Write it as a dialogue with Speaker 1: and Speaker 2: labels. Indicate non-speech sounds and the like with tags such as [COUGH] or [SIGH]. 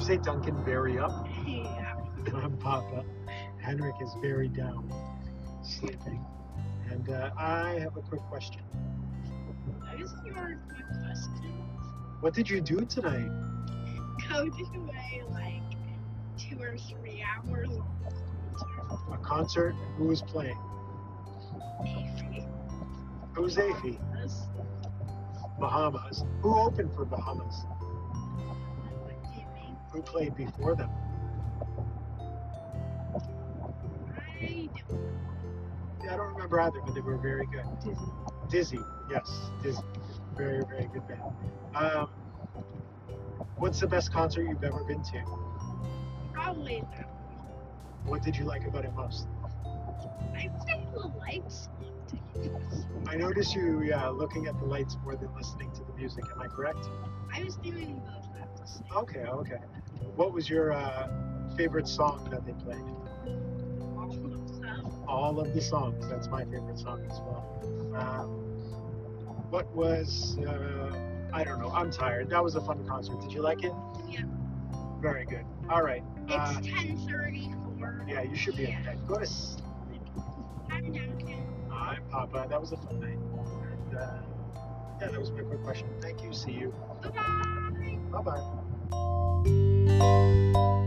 Speaker 1: say Duncan very up? [LAUGHS]
Speaker 2: Yeah.
Speaker 1: I'm Papa. Henrik is very down, sleeping. And uh, I have a quick question.
Speaker 2: Those are good questions.
Speaker 1: What did you do tonight?
Speaker 2: Coded away like two or three hours on the concert.
Speaker 1: A concert? Who was playing?
Speaker 2: Maybe.
Speaker 1: Who's Afy?
Speaker 2: Us.
Speaker 1: Bahamas. Who opened for Bahamas?
Speaker 2: What do you mean?
Speaker 1: Who played before them?
Speaker 2: I don't know.
Speaker 1: I don't remember either, but they were very good.
Speaker 2: Dizzy.
Speaker 1: Dizzy, yes, Dizzy. Very, very good band. Um, what's the best concert you've ever been to?
Speaker 2: Probably that.
Speaker 1: What did you like about it most?
Speaker 2: I think the lights looked
Speaker 1: I noticed you yeah, looking at the lights more than listening to the music. Am I correct?
Speaker 2: I was doing both at the same
Speaker 1: Okay, okay. What was your uh, favorite song that they played?
Speaker 2: all of them.
Speaker 1: All of the songs. That's my favorite song as well. Um, what was? Uh, I don't know. I'm tired. That was a fun concert. Did you like it?
Speaker 2: Yeah.
Speaker 1: Very good. All right. Uh,
Speaker 2: It's ten thirty four.
Speaker 1: yeah, you should be in bed. Go to sleep.
Speaker 2: I'm Duncan.
Speaker 1: I'm Papa. That was a fun night. And, uh, yeah, that was my quick question. Thank you. See you.
Speaker 2: Bye bye.
Speaker 1: Bye bye.